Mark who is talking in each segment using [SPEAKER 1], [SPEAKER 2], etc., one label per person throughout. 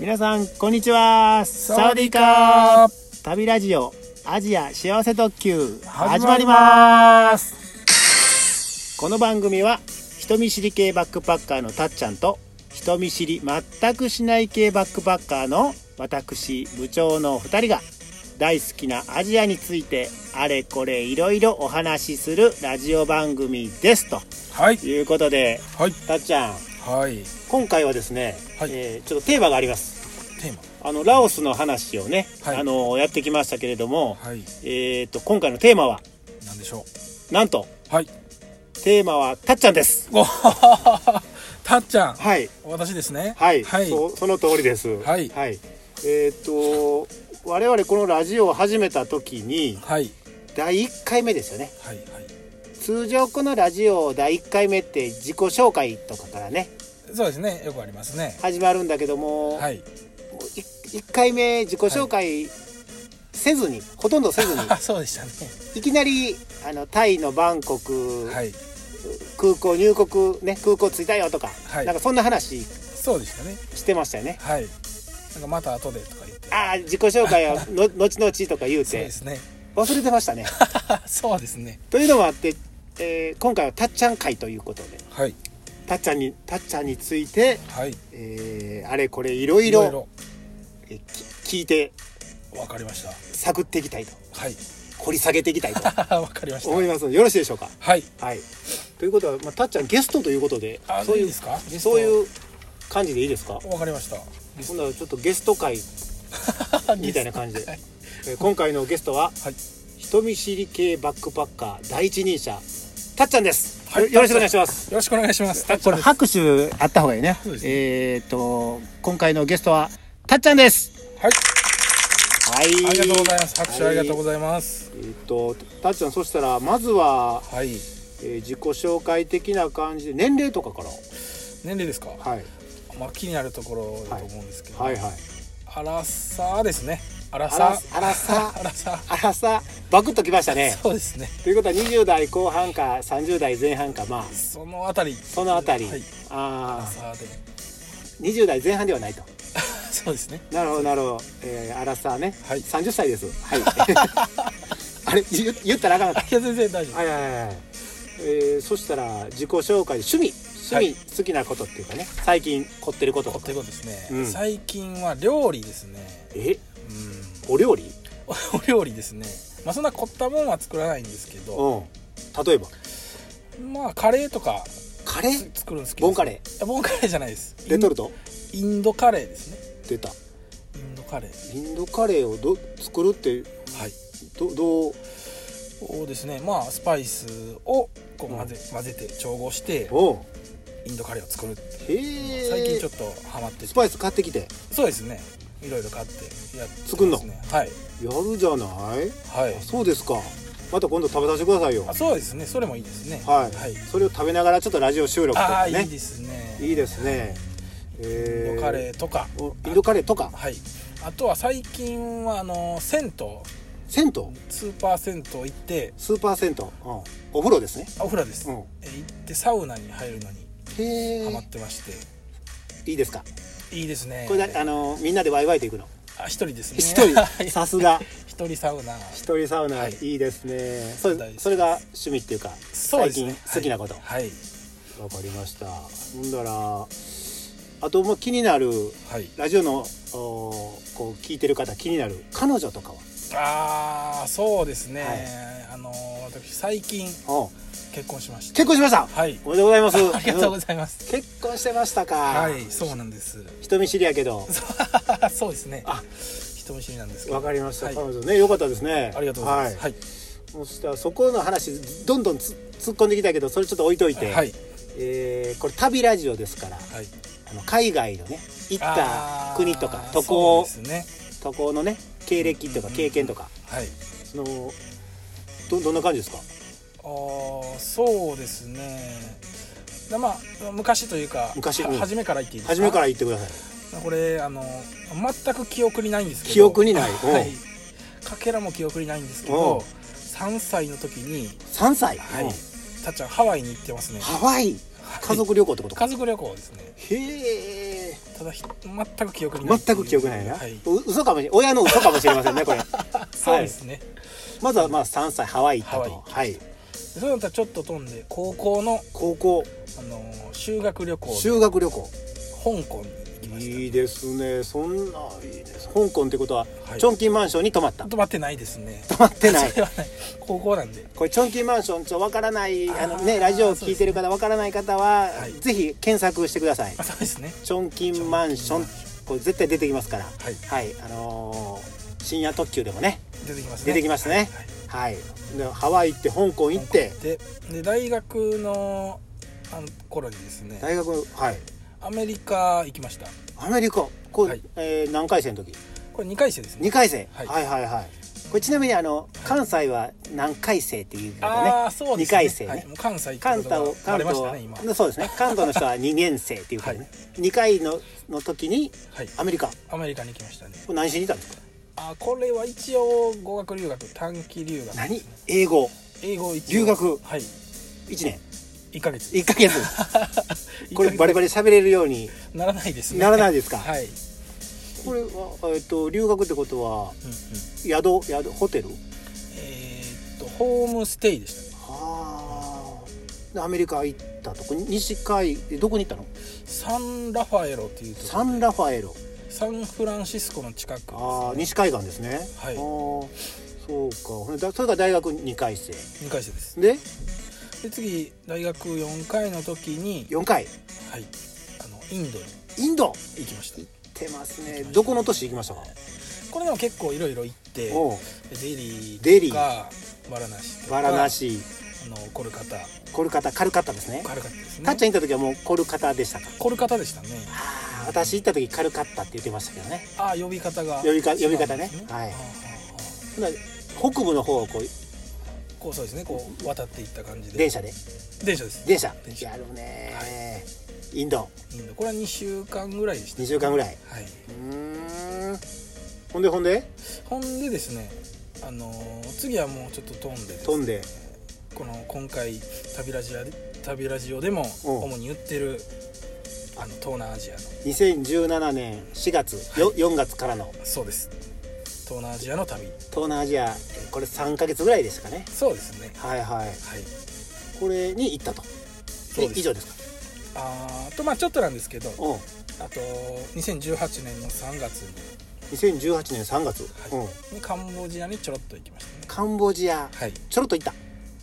[SPEAKER 1] 皆さんこんにちはサワディーカー旅ラジオアジア幸せ特急始まりますこの番組は人見知り系バックパッカーのたっちゃんと人見知り全くしない系バックパッカーの私部長の2人が大好きなアジアについてあれこれいろいろお話しするラジオ番組ですと
[SPEAKER 2] はい
[SPEAKER 1] いうことで
[SPEAKER 2] はい
[SPEAKER 1] たっちゃん
[SPEAKER 2] はいテ
[SPEAKER 1] 今回はですね、
[SPEAKER 2] はい
[SPEAKER 1] えーちょっとテーマがあります
[SPEAKER 2] ー
[SPEAKER 1] あのラオスの話をね、
[SPEAKER 2] はい
[SPEAKER 1] あのやってきましたけれども、
[SPEAKER 2] マはい
[SPEAKER 1] えー、と今回のテーマは
[SPEAKER 2] なんでしょ
[SPEAKER 1] なんと
[SPEAKER 2] うはい
[SPEAKER 1] テーマはたっちゃんです
[SPEAKER 2] お ははははたっちゃん
[SPEAKER 1] はい
[SPEAKER 2] 私ですね
[SPEAKER 1] はい、
[SPEAKER 2] はい
[SPEAKER 1] そその通りです
[SPEAKER 2] はい
[SPEAKER 1] えっ、と我々このラジオを始めた時に
[SPEAKER 2] はい
[SPEAKER 1] 第1回目ですよね
[SPEAKER 2] はいはい
[SPEAKER 1] 通常このラジオ第1回目って自己紹介とかからね
[SPEAKER 2] そうですねよくありますね
[SPEAKER 1] 始まるんだけども、
[SPEAKER 2] はい
[SPEAKER 1] もうい1回目自己紹介せずに、ほとんどせずに
[SPEAKER 2] あ そうでしたね
[SPEAKER 1] いきなりあのタイのバンコク、
[SPEAKER 2] はい
[SPEAKER 1] 空港入国ね空港着いたよとか、
[SPEAKER 2] はい
[SPEAKER 1] なんかそんな話
[SPEAKER 2] そうでしたね
[SPEAKER 1] してましたよね
[SPEAKER 2] はいなんかまた後でとか言って
[SPEAKER 1] ああ自己紹介 はの後々とか言う
[SPEAKER 2] そう
[SPEAKER 1] て
[SPEAKER 2] ですね
[SPEAKER 1] 忘れてましたね
[SPEAKER 2] そうですね
[SPEAKER 1] というのもあって、えー今回はたっちゃん会ということで
[SPEAKER 2] はい
[SPEAKER 1] たっちゃんにたっちゃんについて、
[SPEAKER 2] はい
[SPEAKER 1] えーあれこれいろい
[SPEAKER 2] いろい
[SPEAKER 1] ろ
[SPEAKER 2] ろ
[SPEAKER 1] えーき聞いて
[SPEAKER 2] わかりました
[SPEAKER 1] 探っていきたいと
[SPEAKER 2] はい
[SPEAKER 1] 掘り下げていきたいと
[SPEAKER 2] わかりまし
[SPEAKER 1] 思い
[SPEAKER 2] た
[SPEAKER 1] ますのでよろしいでしょうか
[SPEAKER 2] はい
[SPEAKER 1] はいということは、まあ、たっちゃんゲストということで
[SPEAKER 2] あ
[SPEAKER 1] そうい
[SPEAKER 2] いういですかゲスト
[SPEAKER 1] そういう感じでいいですか
[SPEAKER 2] わかり ましたゲス
[SPEAKER 1] 今度はちょっとゲスト会
[SPEAKER 2] ト
[SPEAKER 1] みたいな感じで
[SPEAKER 2] はい
[SPEAKER 1] えー今回のゲストは
[SPEAKER 2] はい
[SPEAKER 1] 人見知り系バックパッカー第一人者たっちゃんです、
[SPEAKER 2] はい
[SPEAKER 1] よよろしくお願いします
[SPEAKER 2] よろしくお願いします
[SPEAKER 1] これ拍手あった方がいいね
[SPEAKER 2] そうです
[SPEAKER 1] えっ、と今回のゲストはたっちゃんです
[SPEAKER 2] はい
[SPEAKER 1] はい
[SPEAKER 2] ありがとうございます。拍手ありがとうご
[SPEAKER 1] ざい
[SPEAKER 2] ざいます。
[SPEAKER 1] ます、えっ、とたっちゃんそしたらまずは、
[SPEAKER 2] はい。
[SPEAKER 1] えー自己紹介的な感じで年齢とかから
[SPEAKER 2] 年齢ですか。
[SPEAKER 1] はい
[SPEAKER 2] まあ気になるところだと思うんですけど、
[SPEAKER 1] はいはい
[SPEAKER 2] アラサーですね。アラ
[SPEAKER 1] あ
[SPEAKER 2] サ
[SPEAKER 1] ら
[SPEAKER 2] ー。
[SPEAKER 1] あらさ
[SPEAKER 2] アラサ
[SPEAKER 1] あらさバクッときましたね
[SPEAKER 2] ー。そうですね。
[SPEAKER 1] ということは20代後半か30代前半かまあ
[SPEAKER 2] そのあたり。
[SPEAKER 1] そのあたり、
[SPEAKER 2] はい。アラ
[SPEAKER 1] ああ
[SPEAKER 2] サーで。
[SPEAKER 1] 20代前半ではないと
[SPEAKER 2] そうですね。
[SPEAKER 1] なるほどなるほど、えー、アラサーね、
[SPEAKER 2] はい
[SPEAKER 1] 30歳ですはい あれ言言ったらあかんかっ
[SPEAKER 2] いや全然大丈
[SPEAKER 1] たはいはいはいはい、えー、そしたら自己紹介趣味趣味、
[SPEAKER 2] はい
[SPEAKER 1] 好きなことっていうかね最近凝ってることと
[SPEAKER 2] 夫。っ
[SPEAKER 1] か
[SPEAKER 2] てことですね、
[SPEAKER 1] うん
[SPEAKER 2] 最近は料理ですね。
[SPEAKER 1] え
[SPEAKER 2] うん。
[SPEAKER 1] お料理
[SPEAKER 2] おお料理ですね。まあそんな凝ったもんは作らないんですけど、
[SPEAKER 1] うん例えば
[SPEAKER 2] まあカレーとか
[SPEAKER 1] カレー
[SPEAKER 2] つ作るんですけど。
[SPEAKER 1] ボンカレ
[SPEAKER 2] いやボンカレーじゃないです。イ
[SPEAKER 1] レ
[SPEAKER 2] ン
[SPEAKER 1] トルト
[SPEAKER 2] インドカレーですね。
[SPEAKER 1] 出た
[SPEAKER 2] インドカレー。
[SPEAKER 1] インドカレーをど作るって
[SPEAKER 2] はい。
[SPEAKER 1] どどう
[SPEAKER 2] そうですねまあスパイスをこう混ぜ,、混ぜて調合して
[SPEAKER 1] おう
[SPEAKER 2] インドカレーを作るって
[SPEAKER 1] へえ
[SPEAKER 2] 最近ちょっとハマってて
[SPEAKER 1] スパイス買ってきて
[SPEAKER 2] そうですねいろいろ買ってやってますね
[SPEAKER 1] 作んの
[SPEAKER 2] はい
[SPEAKER 1] やるじゃない
[SPEAKER 2] はい
[SPEAKER 1] あそうですかまた今度食べさせてくださいよ
[SPEAKER 2] あそうですねそれもいいですね
[SPEAKER 1] はい、
[SPEAKER 2] はい、
[SPEAKER 1] それを食べながらちょっとラジオ収録と
[SPEAKER 2] あ
[SPEAKER 1] か
[SPEAKER 2] あい
[SPEAKER 1] ね
[SPEAKER 2] いですね
[SPEAKER 1] いいですね
[SPEAKER 2] イン
[SPEAKER 1] え
[SPEAKER 2] ドカレーとか
[SPEAKER 1] おインドカレーとか
[SPEAKER 2] はいあとは最近はあの銭湯
[SPEAKER 1] 銭湯
[SPEAKER 2] スーパー銭湯行って
[SPEAKER 1] スーパー銭湯、うん、お風呂ですね
[SPEAKER 2] あお風呂です、
[SPEAKER 1] うん
[SPEAKER 2] え行ってサウナに入るのに
[SPEAKER 1] へ
[SPEAKER 2] ハマっ
[SPEAKER 1] え
[SPEAKER 2] てまして、
[SPEAKER 1] いいですか
[SPEAKER 2] いいですね
[SPEAKER 1] これだあのみんなでワイワイと行くの
[SPEAKER 2] あ一人ですね
[SPEAKER 1] 一
[SPEAKER 2] は
[SPEAKER 1] 人
[SPEAKER 2] い
[SPEAKER 1] さすが
[SPEAKER 2] 一人サウナ
[SPEAKER 1] 一人サウナ、
[SPEAKER 2] はい
[SPEAKER 1] い、いですねそれ
[SPEAKER 2] 大好き
[SPEAKER 1] それが趣味っていうか
[SPEAKER 2] そうです
[SPEAKER 1] 最
[SPEAKER 2] ね
[SPEAKER 1] 近好きなことわ、
[SPEAKER 2] はい
[SPEAKER 1] かりましたほんだらあともう気になる
[SPEAKER 2] はい、
[SPEAKER 1] ラジオのおーこう聞いてる方気になる彼女とかは
[SPEAKER 2] ああそうですね、
[SPEAKER 1] は
[SPEAKER 2] あのー私最近
[SPEAKER 1] お
[SPEAKER 2] 結婚しました
[SPEAKER 1] 結婚しました
[SPEAKER 2] はい
[SPEAKER 1] おめでとうございます
[SPEAKER 2] ありがとうございます、
[SPEAKER 1] うん結婚してましたか、
[SPEAKER 2] はいそうなんです
[SPEAKER 1] 人見知りやけど
[SPEAKER 2] そうそうですね
[SPEAKER 1] あ
[SPEAKER 2] 人見知りなんですけど
[SPEAKER 1] わかりました、
[SPEAKER 2] はい
[SPEAKER 1] 彼女ね良かったですね
[SPEAKER 2] ありがとうございます
[SPEAKER 1] は
[SPEAKER 2] はいい
[SPEAKER 1] そしたらそこの話どんどんつ突っ込んできたけどそれちょっと置いといて、
[SPEAKER 2] はい
[SPEAKER 1] えーこれ旅ラジオですから
[SPEAKER 2] はい
[SPEAKER 1] あの海外のね行った
[SPEAKER 2] あー
[SPEAKER 1] 国とか渡航
[SPEAKER 2] そうですね
[SPEAKER 1] 渡航のね経歴とか
[SPEAKER 2] うん
[SPEAKER 1] 経験とか、
[SPEAKER 2] はい
[SPEAKER 1] そのどどんな感じですか
[SPEAKER 2] あーそうですねでまあ昔というか
[SPEAKER 1] 昔
[SPEAKER 2] は
[SPEAKER 1] うん
[SPEAKER 2] 初めから言っていいですか
[SPEAKER 1] 初めから言ってください
[SPEAKER 2] これあの全く記憶にないんですけど
[SPEAKER 1] 記憶にないおう
[SPEAKER 2] はいかけらも記憶にないんですけ
[SPEAKER 1] おう
[SPEAKER 2] ど3歳の時に
[SPEAKER 1] 3歳、
[SPEAKER 2] はい
[SPEAKER 1] うん
[SPEAKER 2] たっちゃんハワイに行ってますね
[SPEAKER 1] ハワイ家族旅行ってことか、
[SPEAKER 2] 家族旅行ですね
[SPEAKER 1] へえ
[SPEAKER 2] たただひ全く記憶にない
[SPEAKER 1] 全く記憶ないな、
[SPEAKER 2] はい、
[SPEAKER 1] う嘘かもしれ親の嘘かもしれません ねこれ
[SPEAKER 2] そうですね、
[SPEAKER 1] まずはまあ3歳ハワイ行った
[SPEAKER 2] ハ
[SPEAKER 1] とはい
[SPEAKER 2] そういうのとはちょっと飛んで高校の、
[SPEAKER 1] 高校
[SPEAKER 2] あのー修学旅行で
[SPEAKER 1] 修学旅行
[SPEAKER 2] 香港に行きまし
[SPEAKER 1] いいですねそんないいです香港ってことは、
[SPEAKER 2] はい
[SPEAKER 1] チョンキンマンションに泊まった
[SPEAKER 2] た泊まってないですね
[SPEAKER 1] 泊まってない
[SPEAKER 2] それはない高校なんで
[SPEAKER 1] これチョンキンマンションちょわからないあのね
[SPEAKER 2] あー
[SPEAKER 1] ラジオを聞いてる方わからない方は、
[SPEAKER 2] はい
[SPEAKER 1] ぜひ検索してください
[SPEAKER 2] あそうですね
[SPEAKER 1] チョンキンマンションこれ絶対出てきますから
[SPEAKER 2] はい
[SPEAKER 1] はいあのー深夜特急でもね
[SPEAKER 2] 出てきますね
[SPEAKER 1] 出てきますね
[SPEAKER 2] はい
[SPEAKER 1] はいでハワイ行って香港行って
[SPEAKER 2] でで大学のあの頃にですね
[SPEAKER 1] 大学はい
[SPEAKER 2] アメリカ行きました
[SPEAKER 1] アメリカこう、
[SPEAKER 2] はい
[SPEAKER 1] えー何回生の時
[SPEAKER 2] これ2回生ですね
[SPEAKER 1] 2回生、は、
[SPEAKER 2] はいい
[SPEAKER 1] はいはいこれちなみにあの関西は何回生っていうからね
[SPEAKER 2] ああそうですね
[SPEAKER 1] 二回生ね
[SPEAKER 2] はいもう関西ってこ
[SPEAKER 1] 関
[SPEAKER 2] とが
[SPEAKER 1] 東を
[SPEAKER 2] バ
[SPEAKER 1] 関
[SPEAKER 2] レま
[SPEAKER 1] 東
[SPEAKER 2] した
[SPEAKER 1] は、
[SPEAKER 2] ね今
[SPEAKER 1] そう ですね関東の人は2年生っていうからね、
[SPEAKER 2] はい
[SPEAKER 1] 2回のの時に
[SPEAKER 2] はい
[SPEAKER 1] アメリカこ
[SPEAKER 2] アメリカに行きましたね
[SPEAKER 1] れ何しに行ったんですか
[SPEAKER 2] あこれは一応語学留学短期留学
[SPEAKER 1] 何英語
[SPEAKER 2] 英語一応
[SPEAKER 1] 留学
[SPEAKER 2] はい
[SPEAKER 1] 1年
[SPEAKER 2] 1ヶ月
[SPEAKER 1] 1ヶ月 これバリバリ喋れるように
[SPEAKER 2] リならないですね
[SPEAKER 1] ならないですか
[SPEAKER 2] はい、うん
[SPEAKER 1] これは、えっと留学ってことは
[SPEAKER 2] うん、
[SPEAKER 1] 宿宿ホテル
[SPEAKER 2] えーっとホームステイでしたね
[SPEAKER 1] はあでアメリカ行ったとこ西海えどこに行ったの
[SPEAKER 2] サンラファエロっていうとこ
[SPEAKER 1] サンラファエロ
[SPEAKER 2] サンフランシスコの近くです、ね、
[SPEAKER 1] ああ西海岸ですね
[SPEAKER 2] はい
[SPEAKER 1] あーそうかほんでだそれが大学2回生
[SPEAKER 2] 2回生です
[SPEAKER 1] で
[SPEAKER 2] で次大学4回の時に、
[SPEAKER 1] 4回
[SPEAKER 2] はい、あのインドに
[SPEAKER 1] インド
[SPEAKER 2] 行きました
[SPEAKER 1] 行ってますねどこの都市行きましたか
[SPEAKER 2] これでも結構いろいろ行って
[SPEAKER 1] おう
[SPEAKER 2] デリー
[SPEAKER 1] デリー
[SPEAKER 2] とかバラナシとか
[SPEAKER 1] バラナシ
[SPEAKER 2] あのコルカタ
[SPEAKER 1] コルカタカルカッタですね
[SPEAKER 2] カルカタですね
[SPEAKER 1] たっちゃん行った時はもうコルカタでしたか
[SPEAKER 2] コルカタでしたね
[SPEAKER 1] あー私行った時カルカッタって言ってましたけどね
[SPEAKER 2] ああ呼び方が
[SPEAKER 1] 呼びか
[SPEAKER 2] 違うん
[SPEAKER 1] 呼び
[SPEAKER 2] です
[SPEAKER 1] 方ねはい
[SPEAKER 2] ああああ
[SPEAKER 1] ほんなら北部の方をこう
[SPEAKER 2] こうそうですねこう渡っていった感じで
[SPEAKER 1] 電車で
[SPEAKER 2] 電車です
[SPEAKER 1] 電車
[SPEAKER 2] 電車
[SPEAKER 1] やるねインド
[SPEAKER 2] インドこれは2週間ぐらいでした
[SPEAKER 1] 2週間ぐらい
[SPEAKER 2] はいう
[SPEAKER 1] ーんほんでほんで
[SPEAKER 2] ほんでですねあのー次はもうちょっと飛んでですね
[SPEAKER 1] 飛んで
[SPEAKER 2] この今回旅ラジアで旅ラジオでも
[SPEAKER 1] おう
[SPEAKER 2] 主に言ってるあの東南アジアの
[SPEAKER 1] 2017年4月 4, 4月からの
[SPEAKER 2] そうです東南アジアの旅
[SPEAKER 1] 東南アジアえーこれ3ヶ月ぐらいですかね
[SPEAKER 2] そうですね
[SPEAKER 1] はいはい
[SPEAKER 2] はい
[SPEAKER 1] これに行ったと
[SPEAKER 2] そうです
[SPEAKER 1] 以上ですか
[SPEAKER 2] あーとまあちょっとなんですけど
[SPEAKER 1] うん
[SPEAKER 2] あと2018年の3月に、
[SPEAKER 1] 2018年3月、
[SPEAKER 2] はい
[SPEAKER 1] うん
[SPEAKER 2] カンボジアにちょろっと行きましたね
[SPEAKER 1] カンボジア
[SPEAKER 2] はい
[SPEAKER 1] ちょろっと行った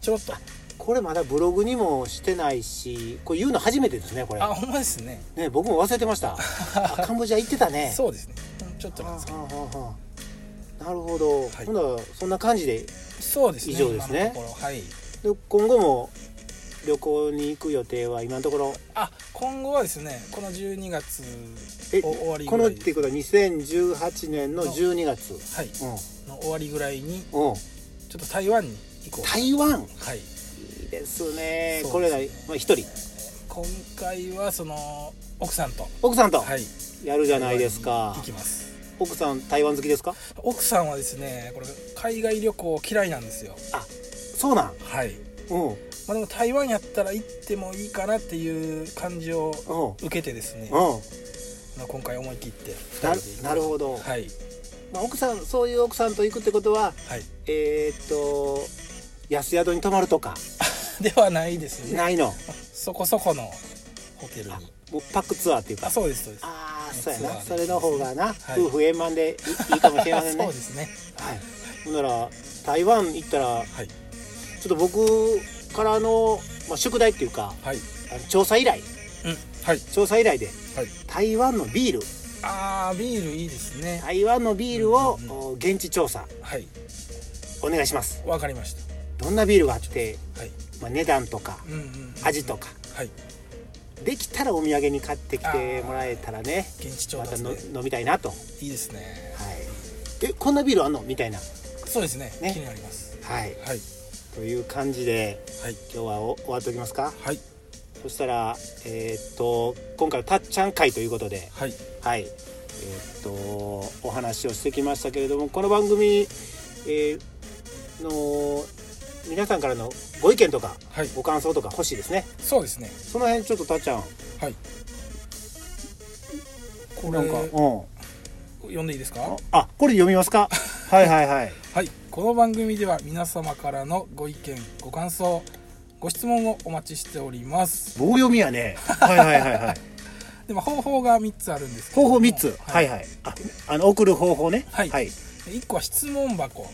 [SPEAKER 2] ちょろっと
[SPEAKER 1] これまだブログにもしてないしこれ言うの初めてですねこれ
[SPEAKER 2] あほんまですね
[SPEAKER 1] ね僕も忘れてました あカンボジア行ってたね
[SPEAKER 2] そうですねうんちょっとなん
[SPEAKER 1] は
[SPEAKER 2] ですけ
[SPEAKER 1] あ
[SPEAKER 2] ど
[SPEAKER 1] はあはあなるほど、
[SPEAKER 2] はい
[SPEAKER 1] ほんならそんな感じで
[SPEAKER 2] そうですね
[SPEAKER 1] 以上ですね
[SPEAKER 2] 今のところはい
[SPEAKER 1] で今後も旅行に行く予定は今のところ
[SPEAKER 2] あ今後はですねこの12月
[SPEAKER 1] え
[SPEAKER 2] お終わり
[SPEAKER 1] こ
[SPEAKER 2] ぐ
[SPEAKER 1] の
[SPEAKER 2] ら
[SPEAKER 1] っ
[SPEAKER 2] い
[SPEAKER 1] ていうことは2018年の12月
[SPEAKER 2] はいの終わりぐらいに
[SPEAKER 1] うん、うん、
[SPEAKER 2] ちょっと台湾に行こう
[SPEAKER 1] 台湾
[SPEAKER 2] はい
[SPEAKER 1] いいですね
[SPEAKER 2] そう
[SPEAKER 1] これらまあ、一人
[SPEAKER 2] 今回はその奥さんと
[SPEAKER 1] 奥さんと
[SPEAKER 2] はい
[SPEAKER 1] やるじゃないですか、
[SPEAKER 2] 行きます
[SPEAKER 1] 奥さん台湾好きですか
[SPEAKER 2] 奥さんはですねこれ海外旅行嫌いなんですよ
[SPEAKER 1] そうなん
[SPEAKER 2] はい
[SPEAKER 1] うんうん
[SPEAKER 2] まあ、でも台湾やったら行ってもいいかなっていう感じを
[SPEAKER 1] うん
[SPEAKER 2] 受けてですね、まあ、今回思い切って
[SPEAKER 1] な
[SPEAKER 2] 2人で行きました
[SPEAKER 1] なるほど、
[SPEAKER 2] はい
[SPEAKER 1] まあ、奥さんそういう奥さんと行くってことは
[SPEAKER 2] はい
[SPEAKER 1] えー、っと安宿に泊まるとか
[SPEAKER 2] ではないですね
[SPEAKER 1] ないの
[SPEAKER 2] そこそこのホテルに
[SPEAKER 1] あもうパックツアーっていう
[SPEAKER 2] あ
[SPEAKER 1] か
[SPEAKER 2] そうですそうです
[SPEAKER 1] ああそうや
[SPEAKER 2] ツアー
[SPEAKER 1] な
[SPEAKER 2] です
[SPEAKER 1] それの方がな、
[SPEAKER 2] はい
[SPEAKER 1] 夫婦円満でいいいかもしれませんね
[SPEAKER 2] そうですね
[SPEAKER 1] はいほんなら台湾行ったら
[SPEAKER 2] はい
[SPEAKER 1] ちょっと僕からの、まあ、宿題っていうか
[SPEAKER 2] はい
[SPEAKER 1] あの調査依頼
[SPEAKER 2] うんはい
[SPEAKER 1] 調査依頼で
[SPEAKER 2] はい
[SPEAKER 1] 台湾のビール
[SPEAKER 2] あービールいいですね
[SPEAKER 1] 台湾のビールを、
[SPEAKER 2] うんう
[SPEAKER 1] お現地調査
[SPEAKER 2] はい
[SPEAKER 1] お願いします
[SPEAKER 2] わかりまし
[SPEAKER 1] どんなビールがあって、
[SPEAKER 2] たはい
[SPEAKER 1] まあ、値段とか
[SPEAKER 2] うんうんうん
[SPEAKER 1] 味とか
[SPEAKER 2] はい
[SPEAKER 1] できたらお土産に買ってきてもらえたらね
[SPEAKER 2] 現地調
[SPEAKER 1] また
[SPEAKER 2] 達で
[SPEAKER 1] の飲みたいなと、はい
[SPEAKER 2] いですね、
[SPEAKER 1] えこんなビールあんのみたいな、
[SPEAKER 2] そうですね
[SPEAKER 1] ね
[SPEAKER 2] 気になります
[SPEAKER 1] はい、
[SPEAKER 2] はい
[SPEAKER 1] という感じで
[SPEAKER 2] はい
[SPEAKER 1] 今日はお終わっておきますか
[SPEAKER 2] はい
[SPEAKER 1] そしたらえーっと今回はたっちゃん会ということで
[SPEAKER 2] はい
[SPEAKER 1] はい、えーっとお話をしてきましたけれどもこの番組、えーの皆さんからのご意見とか
[SPEAKER 2] はい
[SPEAKER 1] ご感想とか欲しいですね
[SPEAKER 2] そうですね
[SPEAKER 1] その辺ちょっとたっちゃん
[SPEAKER 2] はいこ
[SPEAKER 1] なんか、
[SPEAKER 2] れ
[SPEAKER 1] うん。
[SPEAKER 2] 読んでいいですか
[SPEAKER 1] あ、これ読みますかはいはいはい。
[SPEAKER 2] はい、この番組では皆様からのご意見、ご感想、ご質問をお待ちしております。
[SPEAKER 1] 棒読みやね。はいはいはいはい。
[SPEAKER 2] でも方法が3つあるんですけど
[SPEAKER 1] 方
[SPEAKER 2] も
[SPEAKER 1] 法3つ。はい
[SPEAKER 2] い。
[SPEAKER 1] はい。あ、あの、送る方法ね。
[SPEAKER 2] はい1個は質問箱。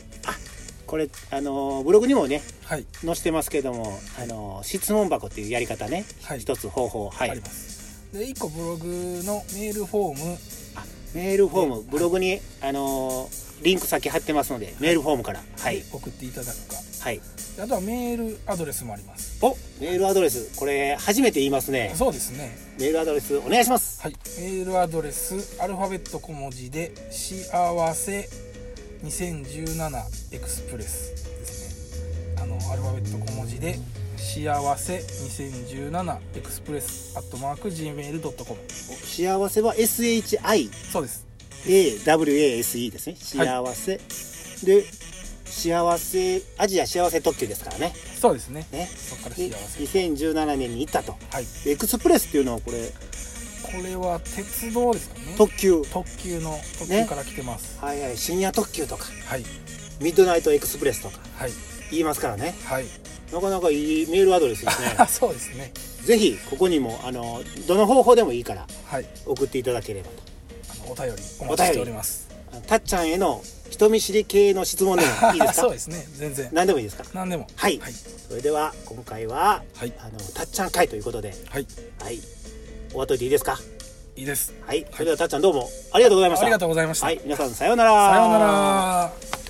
[SPEAKER 1] これ、あのー、ブログにもね、
[SPEAKER 2] はい、
[SPEAKER 1] 載せてますけども、あのー、質問箱っていうやり方ね。
[SPEAKER 2] はい
[SPEAKER 1] 一つ方法。は
[SPEAKER 2] あり
[SPEAKER 1] い
[SPEAKER 2] ま。す。で1個ブログのメールフォーム
[SPEAKER 1] あメールフォーム、ブログに、あのー、リンク先貼ってますので、メールフォームから。はい
[SPEAKER 2] で。送っていただくか、
[SPEAKER 1] はい。
[SPEAKER 2] あとはメールアドレスもあります。
[SPEAKER 1] お、メールアドレス。これ、初めて言いますね。
[SPEAKER 2] そうですね。
[SPEAKER 1] メールアドレス、お願いします。
[SPEAKER 2] はい、メールアドレスアルファベット小文字で幸せ2017エクスプレスですねあのアルファベット小文字で幸せ2017エクスプレスアットマーク Gmail.com
[SPEAKER 1] 幸せは SHI。
[SPEAKER 2] そうです
[SPEAKER 1] AWASE ですね幸せ、
[SPEAKER 2] は
[SPEAKER 1] で幸せアジア幸せ特急ですからね
[SPEAKER 2] そうですね
[SPEAKER 1] ね
[SPEAKER 2] そこから
[SPEAKER 1] で
[SPEAKER 2] 幸せ
[SPEAKER 1] 2017年に行ったと
[SPEAKER 2] はい
[SPEAKER 1] エクスプレスっていうのはこれ
[SPEAKER 2] これは鉄道ですかね
[SPEAKER 1] 特急
[SPEAKER 2] 特急の特急から来てます、
[SPEAKER 1] はいはい深夜特急とか
[SPEAKER 2] はい
[SPEAKER 1] ミッドナイトエクスプレスとか
[SPEAKER 2] はい
[SPEAKER 1] 言いますからね
[SPEAKER 2] はい
[SPEAKER 1] なかなかいいメールアドレスですね
[SPEAKER 2] そうですね
[SPEAKER 1] ぜひここにもあのどの方法でもいいから
[SPEAKER 2] はい
[SPEAKER 1] 送っていただければと
[SPEAKER 2] あのお便りお待ちしております
[SPEAKER 1] あのたっちゃんへの人見知り系の質問でもいいです
[SPEAKER 2] そう
[SPEAKER 1] か
[SPEAKER 2] ですね全然
[SPEAKER 1] 何でもいいですか
[SPEAKER 2] 何でも
[SPEAKER 1] はい
[SPEAKER 2] はい
[SPEAKER 1] それでは今回は
[SPEAKER 2] はい
[SPEAKER 1] あのたっちゃん会ということで
[SPEAKER 2] はい、
[SPEAKER 1] はい。終わっといていいですか。
[SPEAKER 2] いいです。
[SPEAKER 1] はい。それではたっちゃんどうもありがとうございました。
[SPEAKER 2] ありがとうございました。
[SPEAKER 1] はい。皆さんさよう
[SPEAKER 2] さようなら。